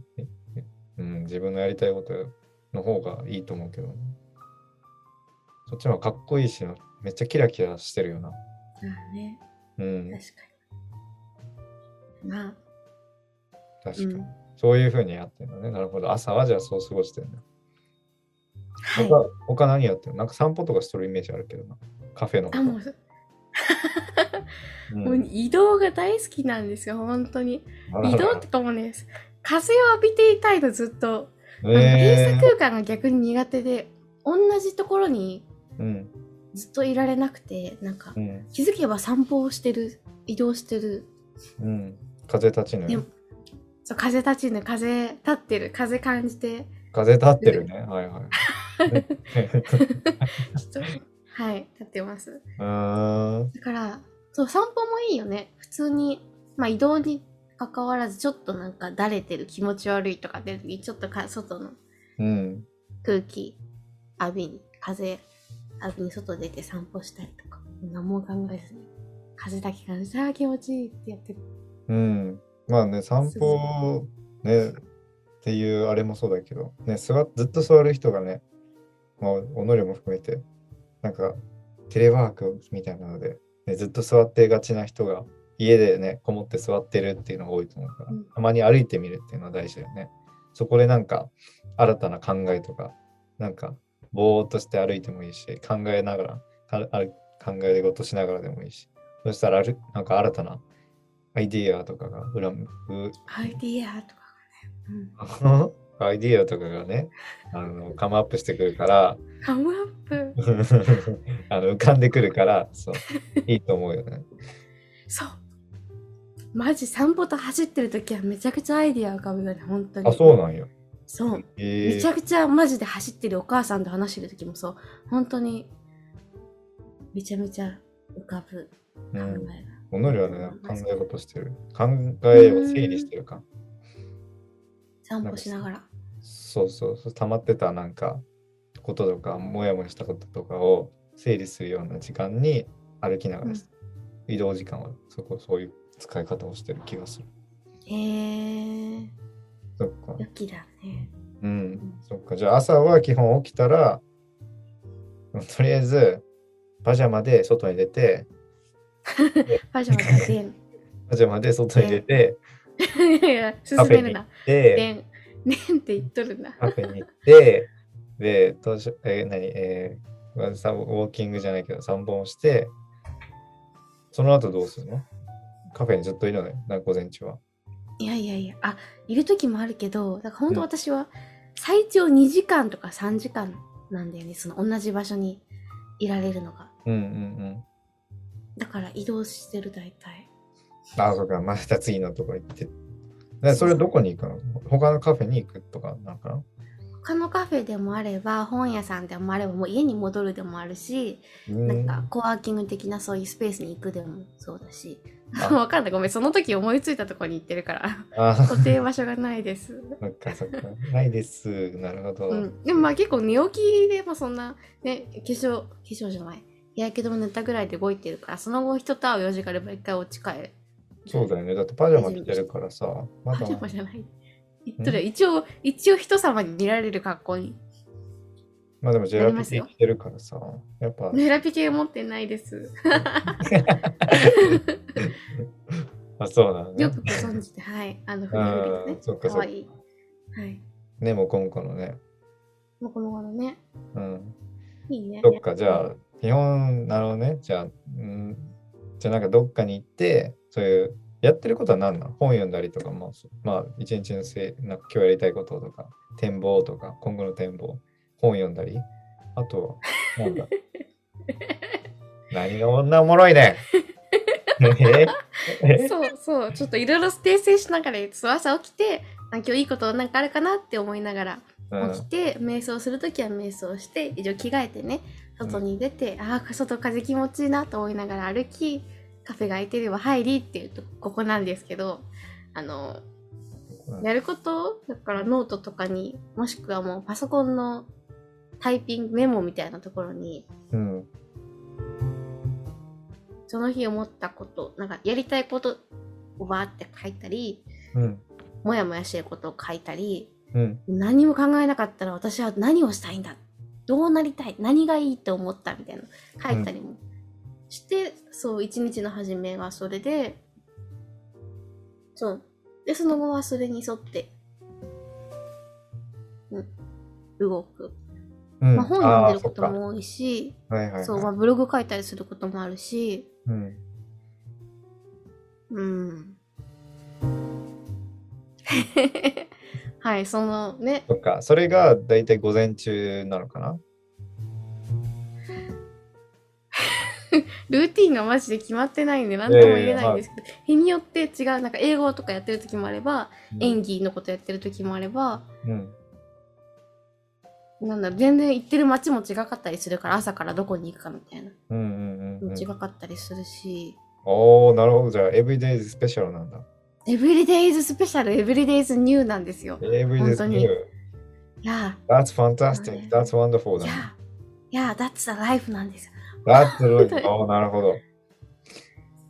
B: うん、自分のやりたいことの方がいいと思うけどね、そっちの方がかっこいいし、めっちゃキラキラしてるよな。
A: そうだね
B: うん、
A: 確かにまあ
B: 確か
A: う
B: に。
A: ん
B: そういうふうにやってるのね。なるほど。朝はじゃあそう過ごしてるんだ。
A: はい
B: 他他何やってるのなんか散歩とかしてるイメージあるけどな。カフェのこと。
A: あもう
B: うん
A: もう移動が大好きなんですよ本当に
B: あら
A: 移動
B: ら
A: とかもね風を浴びていたいのずっとあの
B: え
A: 閉
B: ー
A: 鎖空間が逆に苦手で同じところに
B: うん
A: ずっといられなくてなんか
B: うん
A: 気づけば散歩をしてる移動してる
B: うん、風立ちぬ
A: でもそう風立ちぬ風立ってる風感じて
B: 風立ってるね。はいはい。
A: ちょっとはい立ってます
B: うーん。
A: だからそう散歩もいいよね普通に、まあ、移動に関わらずちょっとなんかだれてる気持ち悪いとか出る時にちょっとか外の
B: うん。
A: 空気浴びに風浴びに外出て散歩したりとか何も考えずに風だけ感じてあー気持ちいいってやってる
B: うん。まあね、散歩ね、っていうあれもそうだけど、ね、座っずっと座る人がね、まあ、おのりも含めて、なんか、テレワークみたいなので、ね、ずっと座ってがちな人が、家でね、こもって座ってるっていうのが多いと思うから、
A: うん
B: たまに歩いてみるっていうのは大事だよね。そこでなんか、新たな考えとか、なんか、ぼーっとして歩いてもいいし、考えながら、かある考え事しながらでもいいし、そしたらある、なんか新たなアイディアとかが、うらむ、う
A: アイディアとかがね、
B: アイディアとかがね、あの、カムアップしてくるから、
A: うん、カムアップ
B: あの浮かんでくるから、そう、いいと思うよ ね。
A: そうマジ散歩と走ってる時はめちゃくちゃアイディア浮かぶよね本当に
B: あ、そうなんよ。
A: そう
B: え
A: めち
B: ー
A: ゃくちゃマジで走ってるお母さんと話してる時もそう本当にめちゃめちゃ浮かぶ
B: う
A: 考えが、
B: ん、おのりはね、考え事してる。考えを整理してるか。
A: 散歩しながら
B: そうそうそう、溜まってたなんかこととか、もやもやしたこととかを整理するような時間に歩きながらです、移動時間はそこ、そういう使い方をしてる気がする。
A: へえ
B: そっか。
A: 良きだね
B: うん、そっか。じゃあ朝は基本起きたら、とりあえず、パジャマで外に出て、
A: パジャマだでん
B: パジャマで外に出て、
A: いやいや 進
B: カフェ
A: める
B: に行
A: な
B: って、
A: でんでんって言っとるな
B: カフェに行って、 で、図書えー何、えーまあさウォーキングじゃないけど、散歩をして、その後どうするのカフェにずっといるのね、な午前中は。
A: いやいやいやあいる時もあるけどだから本当私は最長2時間とか3時間なんだよねその同じ場所にいられるのが
B: うんうんうん。
A: だから移動してる大体
B: ああ、そうか、また次のとこ行って。でそれどこに行くの他のカフェに行くとかなんかな、
A: 他のカフェでもあれば本屋さんでもあればもう家に戻るでもあるし、
B: うん、
A: なんかコワーキング的なそういうスペースに行くでもそうだし
B: あ
A: わかんないごめんその時思いついたところに行ってるから
B: あー
A: 固定場所がないです
B: そっかそっか。ないです。なるほど。
A: うん、でもまあ結構寝起きで、まあ、そんなね化粧化粧じゃない日焼け止め塗ったぐらいで動いてるからその後人と会う用事があれば一回お家帰る
B: そうだよね。だってパジャマ着てるからさ。ま
A: あ
B: だ
A: でもじゃない言っとるよ一応一応人様に見られる格好に
B: まあでもジェラ
A: や
B: ピテ
A: りますよ
B: ィ着てるからさ。やっぱ。
A: メラピ系持ってないです
B: あ、そうなのね
A: よ。くご存知ではいあのフリフリの
B: う
A: ね
B: ん。そっか
A: か
B: そっ
A: わ
B: か。
A: いいはい
B: ね、もこもこのね。
A: もこもこのね
B: うん。
A: いいね
B: そっか、じゃあ、日本なのねじゃあうんじゃあなんかどっかに行ってそういうやってることは何なの本読んだりとかもそうまあ一日のせいなんか今日やりたいこととか展望とか今後の展望本読んだりあとはなんだ何がこんなおもろいねんええ
A: そうそう、ちょっといろいろ訂正しながら言ってそう朝起きて、あ今日いいことなんかあるかなって思いながら
B: うん
A: 起きて、瞑想するときは瞑想して、一応着替えてね、外に出て、ああ、外風気持ちいいなと思いながら歩き、カフェが空いてれば入りっていうとここなんですけど、あの、
B: うん
A: やることだからノートとかに、もしくはもうパソコンのタイピングメモみたいなところに、
B: うん
A: その日思ったこと、なんかやりたいことをバーって書いたり、
B: うん
A: もやもやしてることを書いたり
B: うん
A: 何も考えなかったら私は何をしたいんだどうなりたい何がいいと思ったみたいな書いたりもして、そう一日の始めはそれでそうでその後はそれに沿って、うん、動く、
B: うん
A: まあ、本読んでるこ
B: あーそっか
A: とも多いし
B: はいはいはい
A: そう、まあ、ブログ書いたりすることもあるし
B: うん
A: うん。 はい、そのね、
B: そっかそれがだいたい午前中なのかな
A: ルーティンがマジで決まってないんで、なんとも言えないんですけど、日によって違う、なんか英語とかやってる時もあれば、演技のことやってる時もあれば、
B: うん
A: なんだろう、全然行ってる街も違かったりするから、朝からどこに行くかみたいな、
B: うんうんうんうん
A: 違かったりするし、
B: おおなるほどじゃあ Everyday is special なんだ
A: エブリデイズスペシャル、エブリデイズニューなんですよ。
B: Everyday
A: 本
B: is
A: 当に
B: new
A: いや
B: That's
A: は
B: fantastic
A: い
B: That's wonderful
A: ー、い
B: だね
A: やー、いやー、that's the life なんですよ
B: That's
A: 当
B: right
A: に
B: おおなるほど
A: だか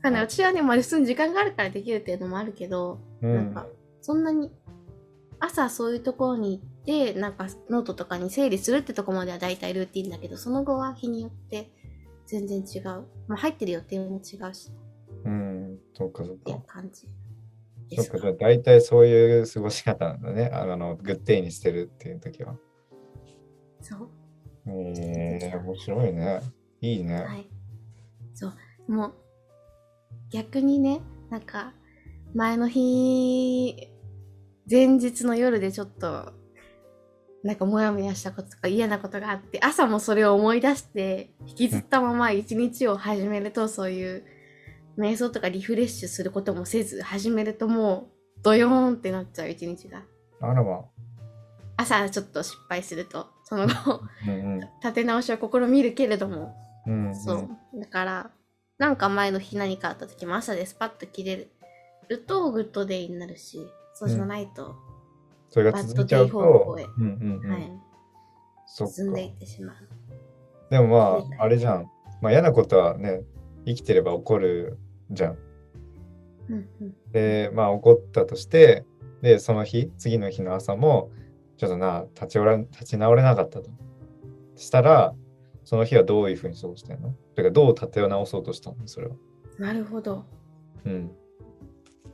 A: らね私はね、まあ、普通に時間があるからできるっていうのもあるけど、
B: う
A: なん
B: ん
A: かそんなに朝そういうところに行ってなんかノートとかに整理するってとこまでは大体ルーティンだけどその後は日によって全然違う、まあ、入ってる予定も違うし
B: うんそっかそっ
A: っていう
B: か
A: 感じで
B: そっ
A: す
B: かじゃあ大体そういう過ごし方なんだねあのグッデイにしてるっていう時は
A: そう
B: ええ面白いねいいね
A: はいそうもう逆にねなんか前の日前日の夜でちょっとなんかモヤモヤしたこととか嫌なことがあって朝もそれを思い出して引きずったまま一日を始めるとそういう瞑想とかリフレッシュすることもせず始めるともうドヨーンってなっちゃう一日が
B: あらま
A: 朝ちょっと失敗するとその後
B: うん
A: 立て直しを試みるけれども
B: うんうん
A: そう。だから、なんか前の日何かあった時も朝でスパッと切れるとグッドデイになるし、そうじゃないと、
B: それが続いちゃう
A: バッドデイ方
B: と
A: 向へ
B: うんうんう
A: は
B: ん
A: い、
B: そっ
A: 進んでい
B: か
A: ってしまう。
B: でも
A: みたい
B: まあ、あれじゃん。まあ嫌なことはね、生きてれば起こるじゃん。
A: うんうん、
B: で、まあ起こったとして、で、その日、次の日の朝も、ちょっとな、立ちおらん立ち直れなかったと。したら、その日はどういうふうに過ごしてんのてか、どう立て直そうとしたのそれは。
A: なるほど。
B: うん。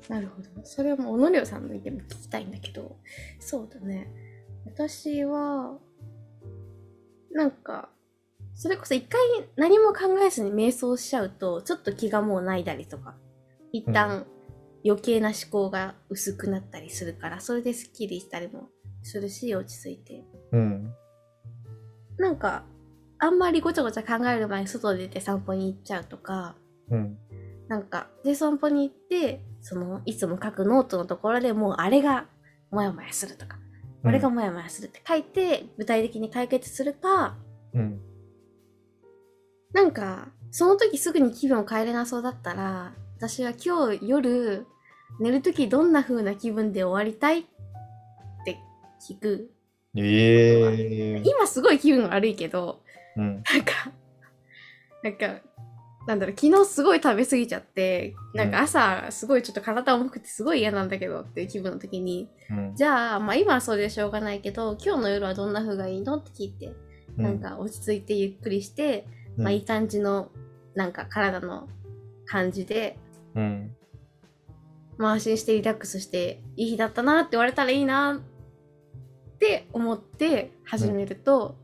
A: なるほど。それはもう、小野涼さんの意見も聞きたいんだけど、そうだね。私は、なんか、それこそ一回何も考えずに瞑想しちゃうと、ちょっと気がもうないだりとか、一旦余計な思考が薄くなったりするから、それでスッキリしたりもするし、落ち着いて。
B: うん。
A: なんか、あんまりごちゃごちゃ考える前に外出て散歩に行っちゃうとか、
B: うん。
A: なんか、で、散歩に行って、その、いつも書くノートのところでもう、あれが、モヤモヤするとか、
B: うん
A: あれがモヤモヤするって書いて、具体的に解決するか、
B: うん。
A: なんか、その時すぐに気分を変えれなそうだったら、私は今日夜、寝る時どんな風な気分で終わりたいって聞く。
B: ええ
A: 今すごい気分悪いけど、
B: うん。
A: なんか、なんか、なんだろう、昨日すごい食べ過ぎちゃって、なんか朝、すごいちょっと体重くてすごい嫌なんだけどっていう気分の時に、
B: うん。
A: じゃあ、まあ今はそれでしょうがないけど、今日の夜はどんな風がいいのって聞いて、なんか落ち着いてゆっくりして、
B: うん、
A: まあいい感じの、なんか体の感じで、
B: うん。
A: まあ安心してリラックスして、いい日だったなって言われたらいいなって思って始めると、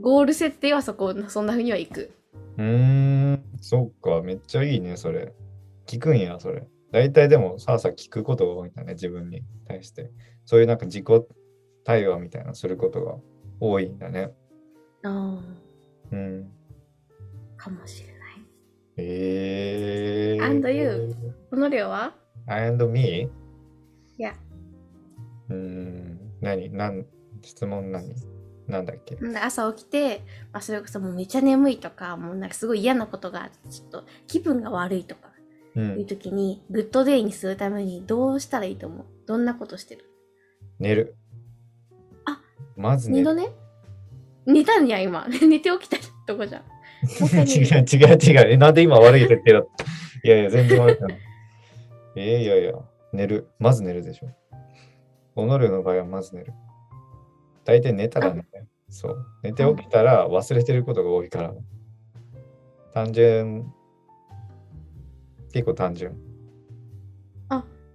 A: ゴール設定はそこ、そんな風にはいく。
B: うーん、そっか、めっちゃいいね、それ。聞くんや、それ。大体でも、さあさあ聞くことが多いんだね、自分に対して。そういうなんか自己対話みたいなのすることが多いんだね。
A: あ
B: うん。
A: あ、かもしれない。
B: えー。
A: And you. この量は
B: And me?
A: いや、
B: うーん。何何質問何なんだっけ
A: なんで朝起きて、まあ、それこそもうめっちゃ眠いとか、もうなんかすごい嫌なことがあって、ちょっと気分が悪いとか
B: う。
A: いうん時に、グッドデイにするためにどうしたらいいと思うどんなことしてる
B: 寝る。
A: あ
B: まず
A: 二
B: 寝る
A: 度。寝寝たんや、今。 寝て起きたとこじゃん。もう一
B: 違う
A: 回寝る
B: 違う違う。えなんで今悪い設定だったいやいや、全然悪くない。えーいやいや、寝る。まず寝るでしょ。おのるの場合はまず寝る。大体寝たらね、そう。寝て起きたら忘れてることが多いから。単純。結構単純。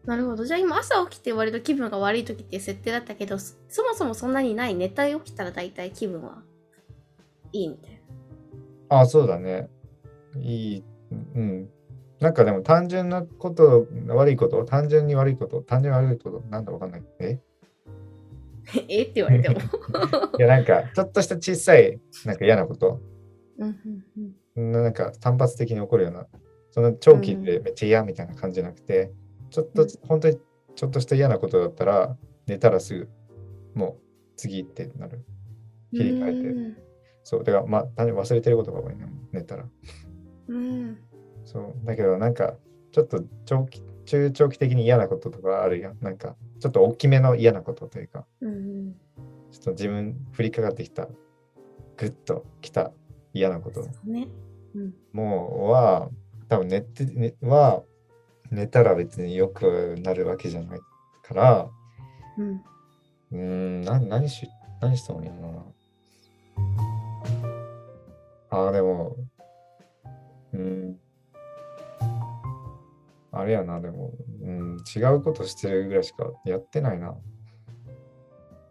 A: なるほど。じゃあ今朝起きて割と気分が悪い時っていう設定だったけど、そそもそもそんなにない。寝て起きたら大体気分はいいみたいな。
B: ああ、そうだね。いい。うん。なんかでも単純なこと、悪いこと、単純に悪いこと、単純に悪いこと、なんだわかんない。え
A: えって言われても。
B: いやなんかちょっとした小さいなんか嫌なこと
A: うんうんうん
B: なんか単発的に起こるようなその長期でめっちゃ嫌みたいな感じじゃなくて、ちょっと本当にちょっとした嫌なことだったら寝たらすぐもう次ってなる 切り替えて
A: うん
B: そうだからまあ単純に忘れてることが多いね寝たら
A: うん
B: そうだけどなんかちょっと長期中長期的に嫌なこととかあるやんなんかちょっと大きめの嫌なことというか
A: うん
B: ちょっと自分振りかかってきたグッときた嫌なこ
A: そ
B: と
A: うね。うん
B: もうは多分寝て、ね、は寝たら別によくなるわけじゃないから
A: うん。
B: うーんな何し何したもいいのかなあーでもうーんあれやなでもうん違うことしてるぐらいしかやってないな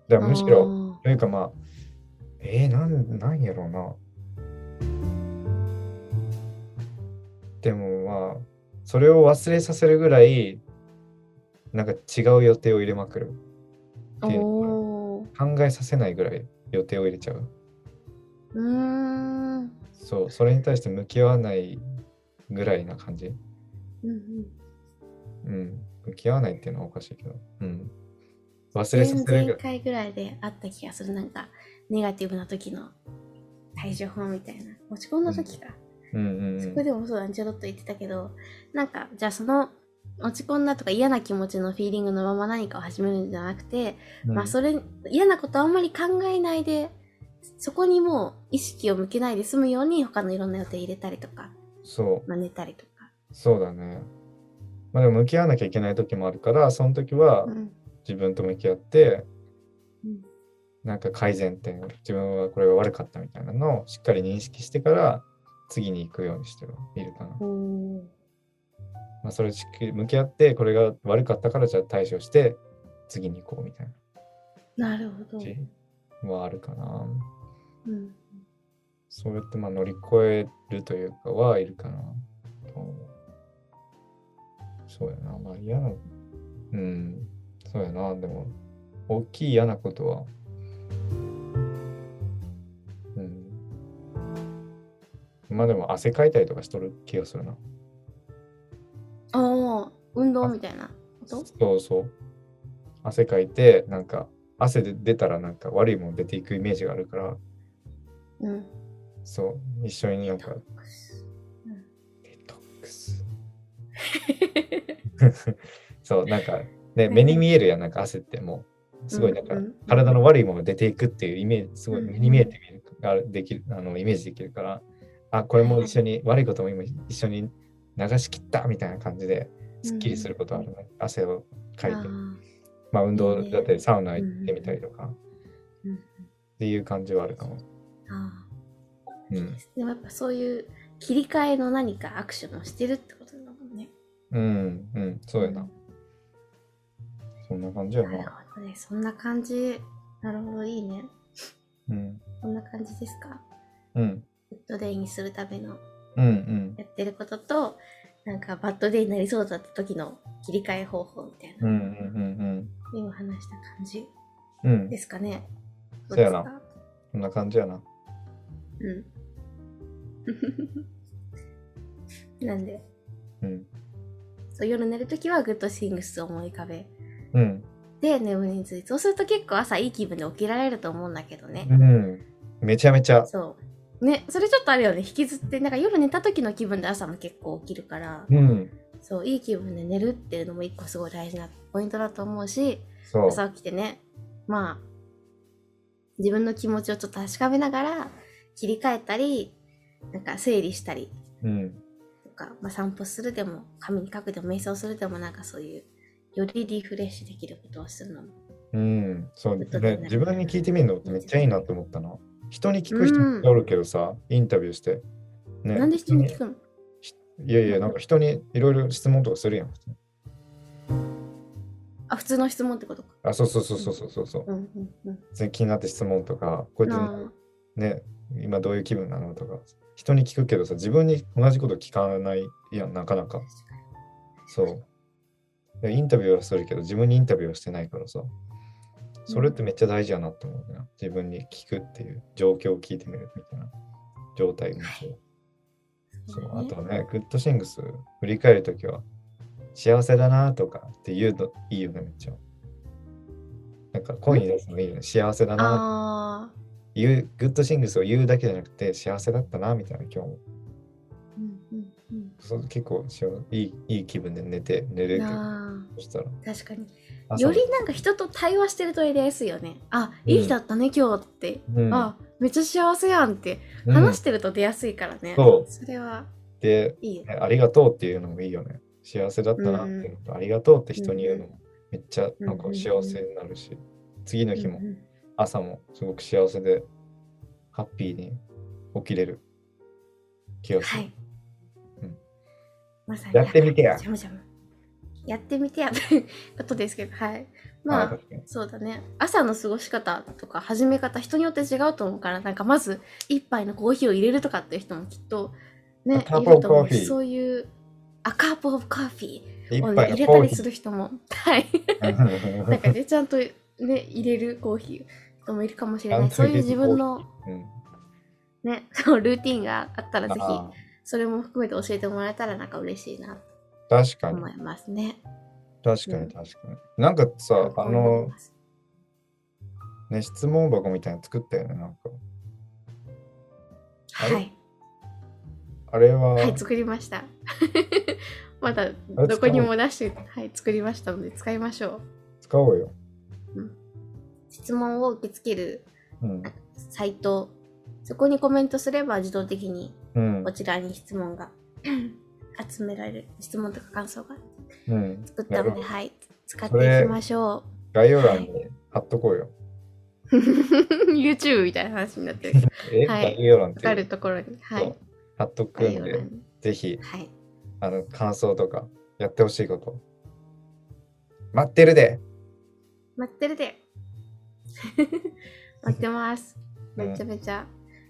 B: だからむしろ
A: ろ。
B: というかまあ、えー、なん、なんやろうな。でもまあ、それを忘れさせるぐらい、なんか違う予定を入れまくる。っていうのかな
A: おー
B: 考えさせないぐらい予定を入れちゃう。
A: うーん。うん
B: そう、それに対して向き合わないぐらいな感じ。
A: うん
B: うん。向き合わないっていうのはおかしいけど。うん。忘れ
A: 前
B: させるぐ
A: 々
B: らい。
A: 回ぐらいであった気がする。なんか、ネガティブな時の対処法みたいな。落ち込んだ時か。
B: うんうん
A: そうこ
B: ん。
A: でもそうだね、ちょろっと言ってたけど、なんか、じゃあその、落ち込んだとか嫌な気持ちのフィーリングのまま何かを始めるんじゃなくて、
B: うん
A: まあそれ、嫌なことあんまり考えないで、そこにもう意識を向けないで済むように他のいろんな予定入れたりとか、
B: そう。
A: まあ、寝たりとか。
B: そうだね。まあでも向き合わなきゃいけない時もあるから、その時は
A: うん。
B: 自分と向き合って、
A: うん
B: なんか改善点、自分はこれが悪かったみたいなのをしっかり認識してから、次に行くようにしているかな。
A: おー
B: まあそれをしっかり向き合って、これが悪かったからじゃあ対処して、次に行こうみたいな
A: なるほど。
B: 感じはあるかな。
A: うん。
B: そうやってまあ乗り越えるというかはいるかなと思う。そうやな。まあ嫌な、うん、そうやな。でも、大きい嫌なことは、うん。まあでも汗かいたりとかしとる気がするな。
A: おー運動みたいなこと
B: そうそう。汗かいて、なんか、汗で出たらなんか悪いもん出ていくイメージがあるから、
A: うん。
B: そう、一緒になんか、
A: うん
B: デトックス。 そう、なんか、ね、目に見えるやん、なんか汗ってもう、すごいなんか
A: うんうん、
B: 体の悪いものが出ていくっていうイメージ、すごい
A: うんうん
B: 目に見えて見える、あできる、あの、イメージできるから、あ、これも一 緒に、悪いことも今一緒に流し切ったみたいな感じで、すっきりすることあるね。汗をかい
A: あ
B: て。
A: ー
B: まあ、運動だ
A: い
B: った
A: いね
B: り、サウナ行ってみたりとか、
A: うんうん
B: っていう感じはあるかも。
A: あ
B: うん。
A: ーでもやっぱそういう切り替えの何かアクションをしてるってことだもんね。
B: うん、うん、そうやな。そんな感じや
A: なる
B: な。
A: ほどね。そんな感じ。なるほど、いいね。
B: うん。
A: こんな感感じですか
B: うん
A: グッドデイにするための
B: うんうん
A: やってることとなんかバッドデイになりそうだった時の切り替え方法みたい
B: うんう
A: な、
B: んうん
A: 今話した感じ
B: うんうん
A: ですかねど
B: そうや
A: です
B: な
A: か
B: こんな感じやな
A: うん なんで
B: うん
A: そう夜寝る時はグッドシングスを思い浮かべ
B: うん
A: で眠りについてそうすると結構朝いい気分で起きられると思うんだけどね、
B: うんめちゃめちゃ
A: そうねそれちょっとあるよね引きずってなんか夜寝た時の気分で朝も結構起きるから、
B: うん
A: そういい気分で寝るっていうのも一個すごい大事なポイントだと思うし
B: そう
A: 朝起きてねまあ自分の気持ちをちょっと確かめながら切り替えたりなんか整理したり
B: うん
A: とか、まあ、散歩するでも紙に書くでも瞑想するでもなんかそういうよりリフレッシュできることをするのも
B: うんそう
A: ちょっとね
B: ね自分に聞いてみるのってめっちゃいいなって思ったな人に聞く人っておるけどさ、インタビューしてね
A: なんで人に聞くの
B: いやいやなんか人にいろいろ質問とかするやん
A: あ普通の質問ってことか
B: あそうそうそうそうそうそうそう
A: うんうんうん
B: 普通に気になって質問とかこうやって
A: な
B: ね今どういう気分なのとか人に聞くけどさ自分に同じこと聞かないやんなかなか
A: あ
B: そういやインタビューはするけど自分にインタビューはしてないからさそれってめっちゃ大事やなって思うな自分に聞くっていう状況を聞いてみるみたいな状態もそう
A: そ
B: そう
A: だ
B: う
A: ね
B: あとはねグッドシングス振り返るときは幸せだなとかって言うといいよねめっちゃなんか声に出すのいいよね幸せだなって
A: あ
B: 言うグッドシングスを言うだけじゃなくて幸せだったなみたいな今日も
A: ーうんうんうん
B: そう結構しよういいいい気分で寝て寝れるけど
A: あ
B: そしたら
A: ー確かに
B: 朝
A: よりなんか人と対話してるとやりやすいよねあ
B: うん
A: いい日だったね、今日って、
B: うん
A: あめっちゃ幸せやんって
B: うん
A: 話してると出やすいからね、
B: そう
A: それは
B: で、
A: いいよね
B: ねありがとうっていうのもいいよね幸せだったなっていうのと、ありがとうって人に言うのもめっちゃなんか幸せになるし、次の日も
A: うんうん
B: 朝もすごく幸せでハッピーに起きれる気がす
A: は
B: る、
A: い、
B: うん
A: まさに
B: やってみてや
A: ジャムジャムやってみてや ということですけどはい
B: あ
A: まあ
B: 確かに
A: そうだね朝の過ごし方とか始め方人によって違うと思うからなんかまず一杯のコーヒーを入れるとかっていう人もきっとね
B: カッ
A: い
B: プオブ
A: ると思う
B: コーヒ
A: し
B: ー
A: そういうあカープオブコーヒ
B: 一
A: ーを、ね、
B: 杯
A: 入
B: の
A: れ
B: コ
A: た
B: ー
A: り
B: ヒ
A: する人もはい
B: ー
A: なんかねちゃんとね入れるコーヒー人もいるかもしれな
B: ちゃ
A: い
B: んと
A: そういう
B: 入れる
A: 自分の
B: うん
A: ね そのルーティンがあったらぜひ
B: あ
A: それも含めて教えてもらえたらなんか嬉しいなと
B: ー確かに
A: 思いますね。
B: 確か
A: う
B: に
A: ん
B: 確かに、なんかさあ
A: 思い
B: の
A: ます
B: ね質問箱みたいなの作ったよねなんかあれ
A: はい、
B: あれは、
A: はい、作りました。 まだどこにも出して、はい、作りましたので使いましょ
B: 使おうよ、
A: う。質問を受け付ける
B: うん
A: サイト、そこにコメントすれば自動的に
B: うん
A: こちらに質問が 集められる、質問とか感想が
B: うん、
A: 作った
B: な
A: の
B: るほ
A: で、
B: ど
A: はい、使っていきましょ
B: 概要欄に貼っとこうよ。
A: う。YouTube みたいな話になってる。
B: え、
A: はい
B: 概要欄っ
A: わ
B: て
A: か
B: い
A: る
B: う
A: ところに。は
B: そう
A: い。
B: 貼っとく
A: 概
B: ん
A: 要
B: で
A: 欄、に。
B: ぜひ
A: はい。
B: あの感想とかやってほしいこと。待ってるで、
A: 待ってる で待ってます
B: うん
A: めちゃめちゃ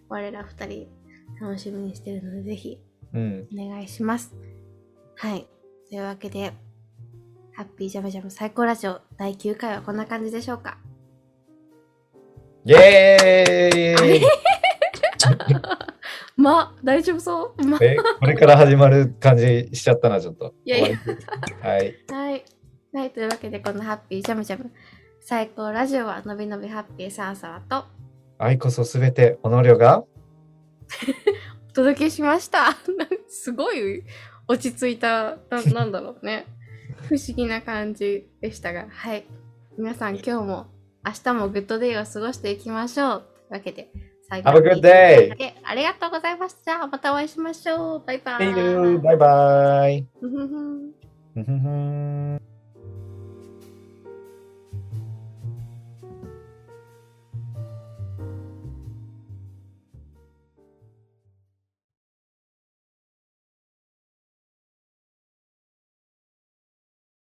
A: 我ら二人楽しみにしてるのでぜひ
B: うん、
A: お願いしますはいというわけでハッピージャムジャム最高ラジオ第9回はこんな感じでしょうか
B: イエーイ
A: ま大丈夫そうま
B: えこれから始まる感じしちゃったな、ちょっと。
A: いやいや
B: 終わりはい。
A: はいはいというわけでこのハッピージャムジャム最高ラジオはのびのびハッピーさわさわと
B: 愛こそすべて、己が。
A: お届けしました すごい落ち着いた ななんだろうね不思議な感じでしたがはい皆さん今日も明日もグッドデイを過ごしていきましょうというわけで最
B: Have a
A: ま
B: good
A: で
B: day!
A: ありがとうございましたじゃあまたお会いしましょうバイバ
B: See you!
A: イ
B: バイバイ
A: うんふんふん
B: うんふんふん